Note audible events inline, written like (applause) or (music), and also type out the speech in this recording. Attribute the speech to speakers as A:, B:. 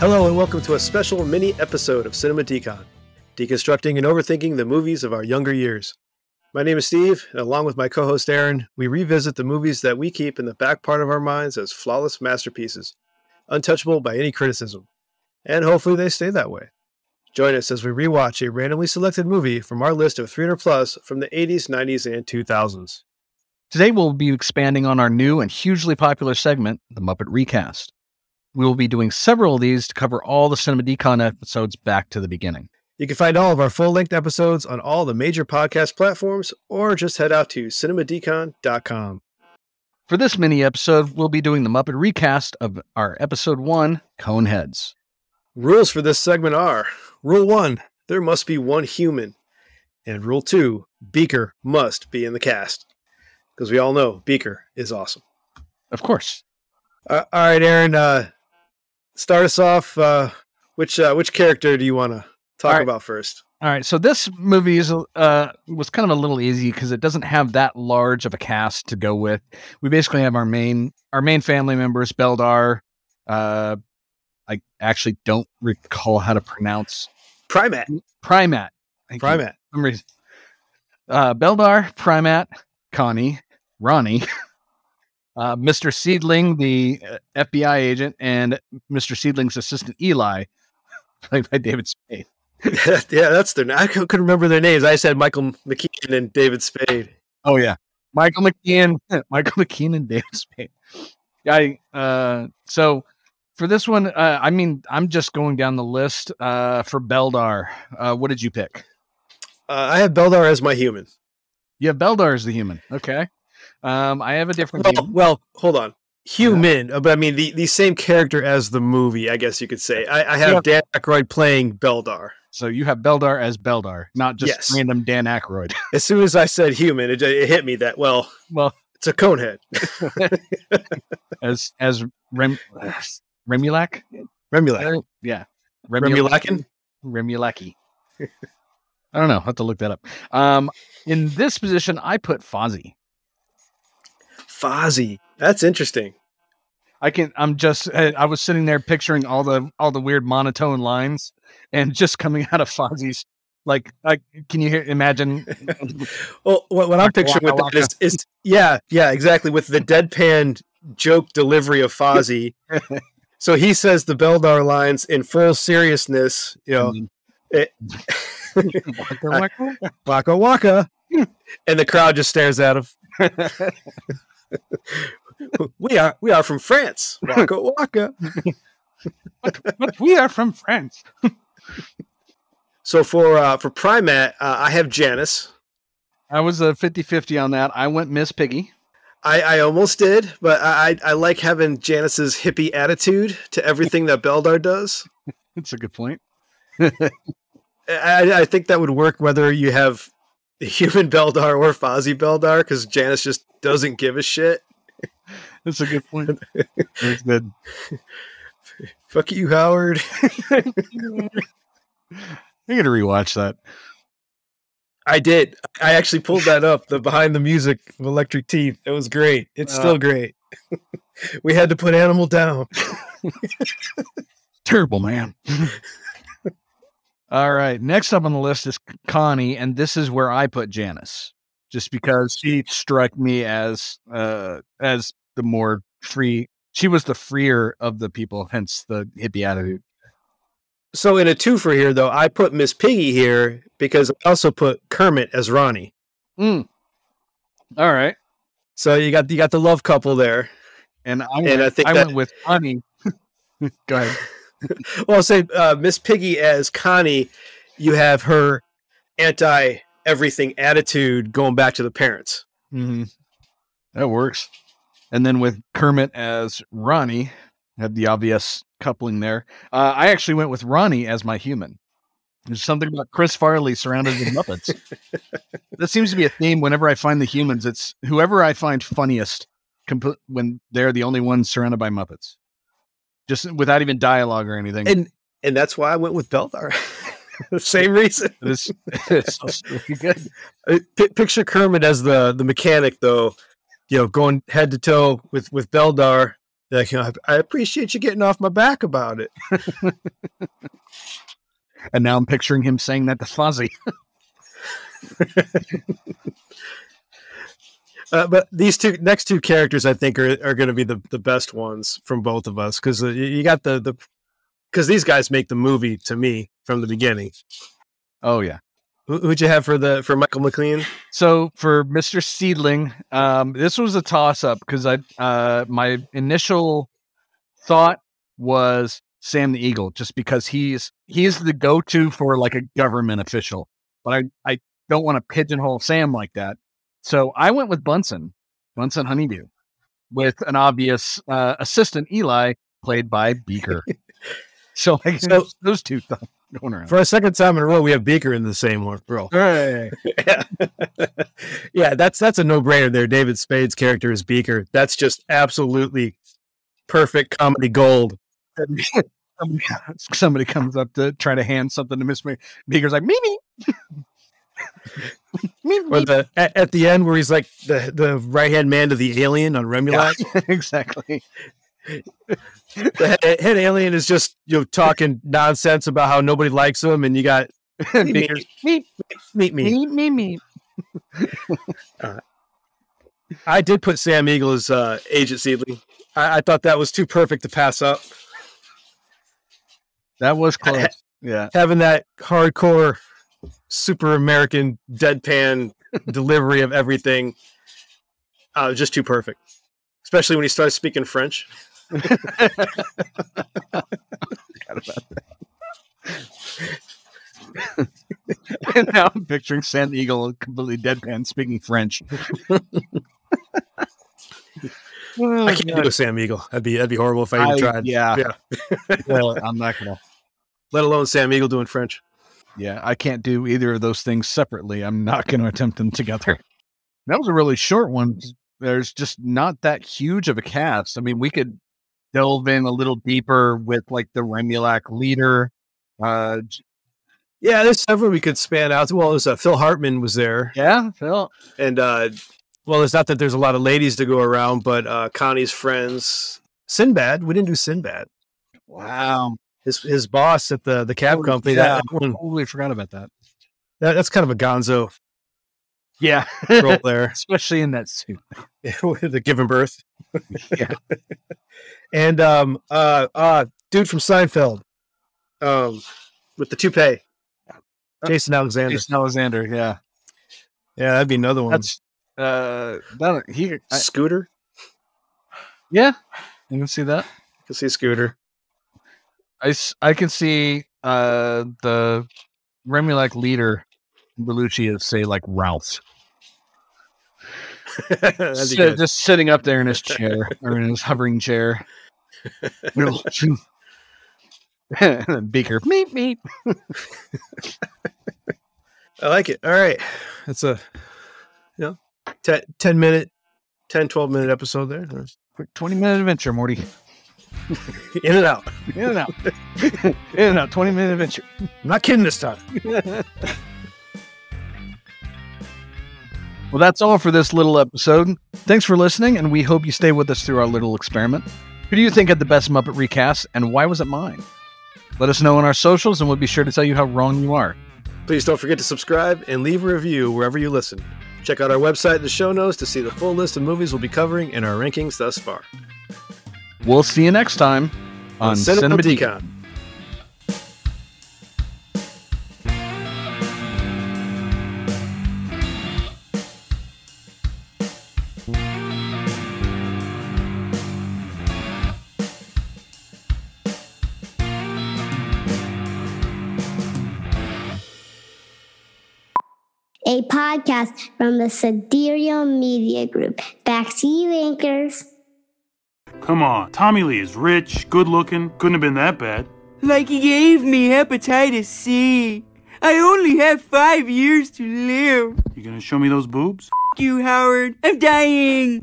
A: Hello, and welcome to a special mini episode of Cinema Decon, deconstructing and overthinking the movies of our younger years. My name is Steve, and along with my co host Aaron, we revisit the movies that we keep in the back part of our minds as flawless masterpieces, untouchable by any criticism. And hopefully they stay that way. Join us as we rewatch a randomly selected movie from our list of 300 plus from the 80s, 90s, and 2000s.
B: Today, we'll be expanding on our new and hugely popular segment, The Muppet Recast. We will be doing several of these to cover all the Cinema Decon episodes back to the beginning.
A: You can find all of our full length episodes on all the major podcast platforms or just head out to cinemadecon.com.
B: For this mini episode, we'll be doing the Muppet Recast of our episode one, Coneheads.
A: Rules for this segment are Rule 1 There must be one human. And Rule 2 Beaker must be in the cast. Because we all know Beaker is awesome.
B: Of course.
A: Uh, all right, Aaron, uh, start us off. Uh, which, uh, which character do you want to talk
B: All right.
A: about first?
B: All right, so this movie is uh, was kind of a little easy because it doesn't have that large of a cast to go with. We basically have our main our main family members, Beldar. Uh, I actually don't recall how to pronounce
A: Primat.
B: Primat. Thank you.
A: Primat.
B: some reason. Uh, Beldar, Primat, Connie, Ronnie, (laughs) uh, Mr. Seedling, the uh, FBI agent, and Mr. Seedling's assistant Eli, (laughs) played by David Spade.
A: (laughs) yeah, that's their. I cou- couldn't remember their names. I said Michael McKean and David Spade.
B: Oh yeah, Michael McKean, (laughs) Michael McKean, and David Spade. Yeah, I, uh, so for this one, uh, I mean, I'm just going down the list uh, for Beldar. Uh, what did you pick?
A: Uh, I have Beldar as my human.
B: Yeah, Beldar is the human. Okay. Um, I have a different.
A: Well,
B: view.
A: well, hold on. Human, uh, but I mean the, the same character as the movie, I guess you could say. I, I have Dan Aykroyd playing Beldar.
B: So you have Beldar as Beldar, not just
A: Yes.
B: random Dan Aykroyd.
A: As soon as I said human, it, it hit me that well,
B: well,
A: it's a conehead.
B: as as
A: (sighs)
B: Rem Remulac,
A: Remulac.
B: yeah,
A: Remulacan?
B: Remulaki. I don't know. I have to look that up. Um, in this position, I put Fozzie.
A: Fozzie. That's interesting.
B: I can. I'm just. uh, I I was sitting there picturing all the all the weird monotone lines, and (laughs) just coming out of Fozzie's. Like, I, can you hear?
A: (laughs)
B: Imagine
A: Well, what, what I'm
B: Waka,
A: picturing with
B: waka,
A: that is, is yeah, yeah, exactly. With the deadpan joke delivery of
B: (laughs)
A: Fozzie. so he says the Beldar lines in full seriousness, you know, it-
B: Waka, waka.
A: waka waka. and the crowd just stares at him. we are we are from France. Waka waka.
B: but we are from France.
A: So for uh, for Primat, uh, I have Janice.
B: I was a 50-50 on that. I went Miss Piggy.
A: I, I almost did, but I, I I like having Janice's hippie attitude to everything that Beldar does.
B: That's a good point.
A: I, I think that would work whether you have the human Beldar or Fozzie Beldar, because Janice just doesn't give a shit.
B: That's a good point. That's good.
A: Fuck you, Howard.
B: I gotta rewatch that.
A: I did. I actually pulled that up. The behind the music of Electric Teeth. It was great. It's
B: Uh.
A: still great. (laughs) we had to put Animal down.
B: Terrible man. All right. Next up on the list is Connie, and this is where I put Janice, just because she struck me as uh as the more free. She was the freer of the people, hence the hippie attitude.
A: So in a twofer here, though, I put Miss Piggy here because I also put Kermit as Ronnie.
B: Mm. All right,
A: So you got you got the love couple there.
B: and I
A: And
B: went,
A: I
B: I,
A: think
B: went with Connie. (laughs) Go ahead.
A: Well, I'll say uh, Miss Piggy as Connie. You have her anti everything attitude going back to the parents.
B: Mm-hmm. That works. And then with Kermit as Ronnie, had the obvious coupling there. Uh, I actually went with Ronnie as my human. There's something about Chris Farley surrounded with (laughs) Muppets. that seems to be a theme. Whenever I find the humans, it's whoever I find funniest comp- when they're the only ones surrounded by Muppets, just without even dialogue or anything.
A: and and that's why I went with Beldar. (laughs) Same reason.
B: This (laughs) it's really good.
A: Uh, pi picture Kermit as the the mechanic, though. You know, going head to toe with with Beldar, Like, you know, I, I appreciate you getting off my back about it.
B: (laughs) And now I'm picturing him saying that to Fozzie.
A: Uh, but these two next two characters, I think, are are going to be the, the best ones from both of us because you you got the the because these guys make the movie to me from the beginning.
B: Oh yeah.
A: Who, who'd you have for the for Michael McLean?
B: So for Mr. Seedling, um, this was a toss up because I uh, my initial thought was Sam the Eagle, just because he's he's the go to for like a government official, but I I don't want to pigeonhole Sam like that. So I went with Bunsen, Bunsen Honeydew, with an obvious uh, assistant Eli played by (laughs) Beaker. so, like,
A: So-
B: those, those two th- going around.
A: For a second time in a row, we have Beaker in the same one role.
B: Right.
A: yeah. yeah, that's that's a no brainer there. David Spade's character is Beaker. That's just absolutely perfect comedy gold. (laughs)
B: (laughs) somebody, (laughs) somebody comes up to try to hand something to Miss Mc- Beaker's like (laughs) Mimi. Mimi.
A: Or the at, at the end where he's like the the right hand man to the alien on
B: Yeah,
A: Remulak. (laughs)
B: (laughs) exactly.
A: The head, head alien is just you know talking (laughs) nonsense about how nobody likes him, and you got Beaker's,
B: me,
A: meet me.
B: me, me, me.
A: I did put Sam Eagle as uh, Agent Seedling. I, I thought that was too perfect to pass up. (laughs)
B: That was close. Yeah.
A: having that hardcore super American
B: (laughs)
A: deadpan delivery of everything uh, just too perfect. Especially when he starts speaking French.
B: and now I'm (laughs) picturing Sam the Eagle completely deadpan speaking
A: (laughs)
B: French. Oh, (laughs)
A: I can't
B: God.
A: do Sam Eagle. That'd be that'd be horrible if I even
B: I-
A: tried.
B: Yeah.
A: Well, (laughs)
B: I'm not gonna.
A: Let alone Sam Eagle doing French.
B: Yeah, I can't do either of those things separately. I'm not going to
A: (laughs)
B: attempt them together. That was a really short one. There's just not that huge of a cast. I mean, we could delve in a little deeper with like the Remulac leader. Uh, j-
A: Yeah, there's several we could span out. Well, there's uh, Phil Hartman was there,
B: yeah, Phil.
A: and uh, well, it's not that there's a lot of ladies to go around, but uh, Connie's friends, Sinbad. We didn't do Sinbad.
B: Wow,
A: His his boss at the the cab
B: Oh,
A: company.
B: yeah.
A: That, that (laughs) one-
B: totally forgot about that.
A: that- that's kind of a Gonzo
B: Yeah,
A: (laughs) role there.
B: especially in that suit.
A: the given birth.
B: Yeah.
A: And um uh uh dude from Seinfeld. Um with the toupee. Oh, Jason Alexander.
B: Jason Alexander. Yeah,
A: Yeah, that'd be another one.
B: that's uh, that he. I,
A: Scooter.
B: yeah, you can see that.
A: You can see Scooter. (laughs)
B: I, s- I can see uh the Remulac leader Belucci is say like Ralph
A: that'd be
B: So
A: good.
B: just sitting up there
A: (laughs)
B: in his chair or in his hovering chair. (laughs) Beaker, meep meep.
A: I like it. All right. That's a you know, te- 10 minute 10 12 minute episode there.
B: Quick twenty minute adventure, Morty.
A: In and out.
B: In
A: (laughs)
B: and out, in and out. Twenty minute adventure.
A: I'm not kidding this time.
B: Well, that's all for this little episode. Thanks for listening, and we hope you stay with us through our little experiment. Who do you think had the best Muppet recast, and why was it mine? Let us know on our socials, and we'll be sure to tell you how wrong you are.
A: Please don't forget to subscribe and leave a review wherever you listen. Check out our website and the show notes to see the full list of movies we'll be covering and our rankings thus far.
B: We'll see you next time on Cinema Decon.
A: Decon.
C: a podcast from the Sidereal Media Group. Back to you, anchors.
D: Come on, Tommy Lee is rich, good looking, couldn't have been that bad.
E: Like he gave me hepatitis C. I only have five years to live.
D: You gonna show me those boobs?
E: F you, Howard. I'm dying.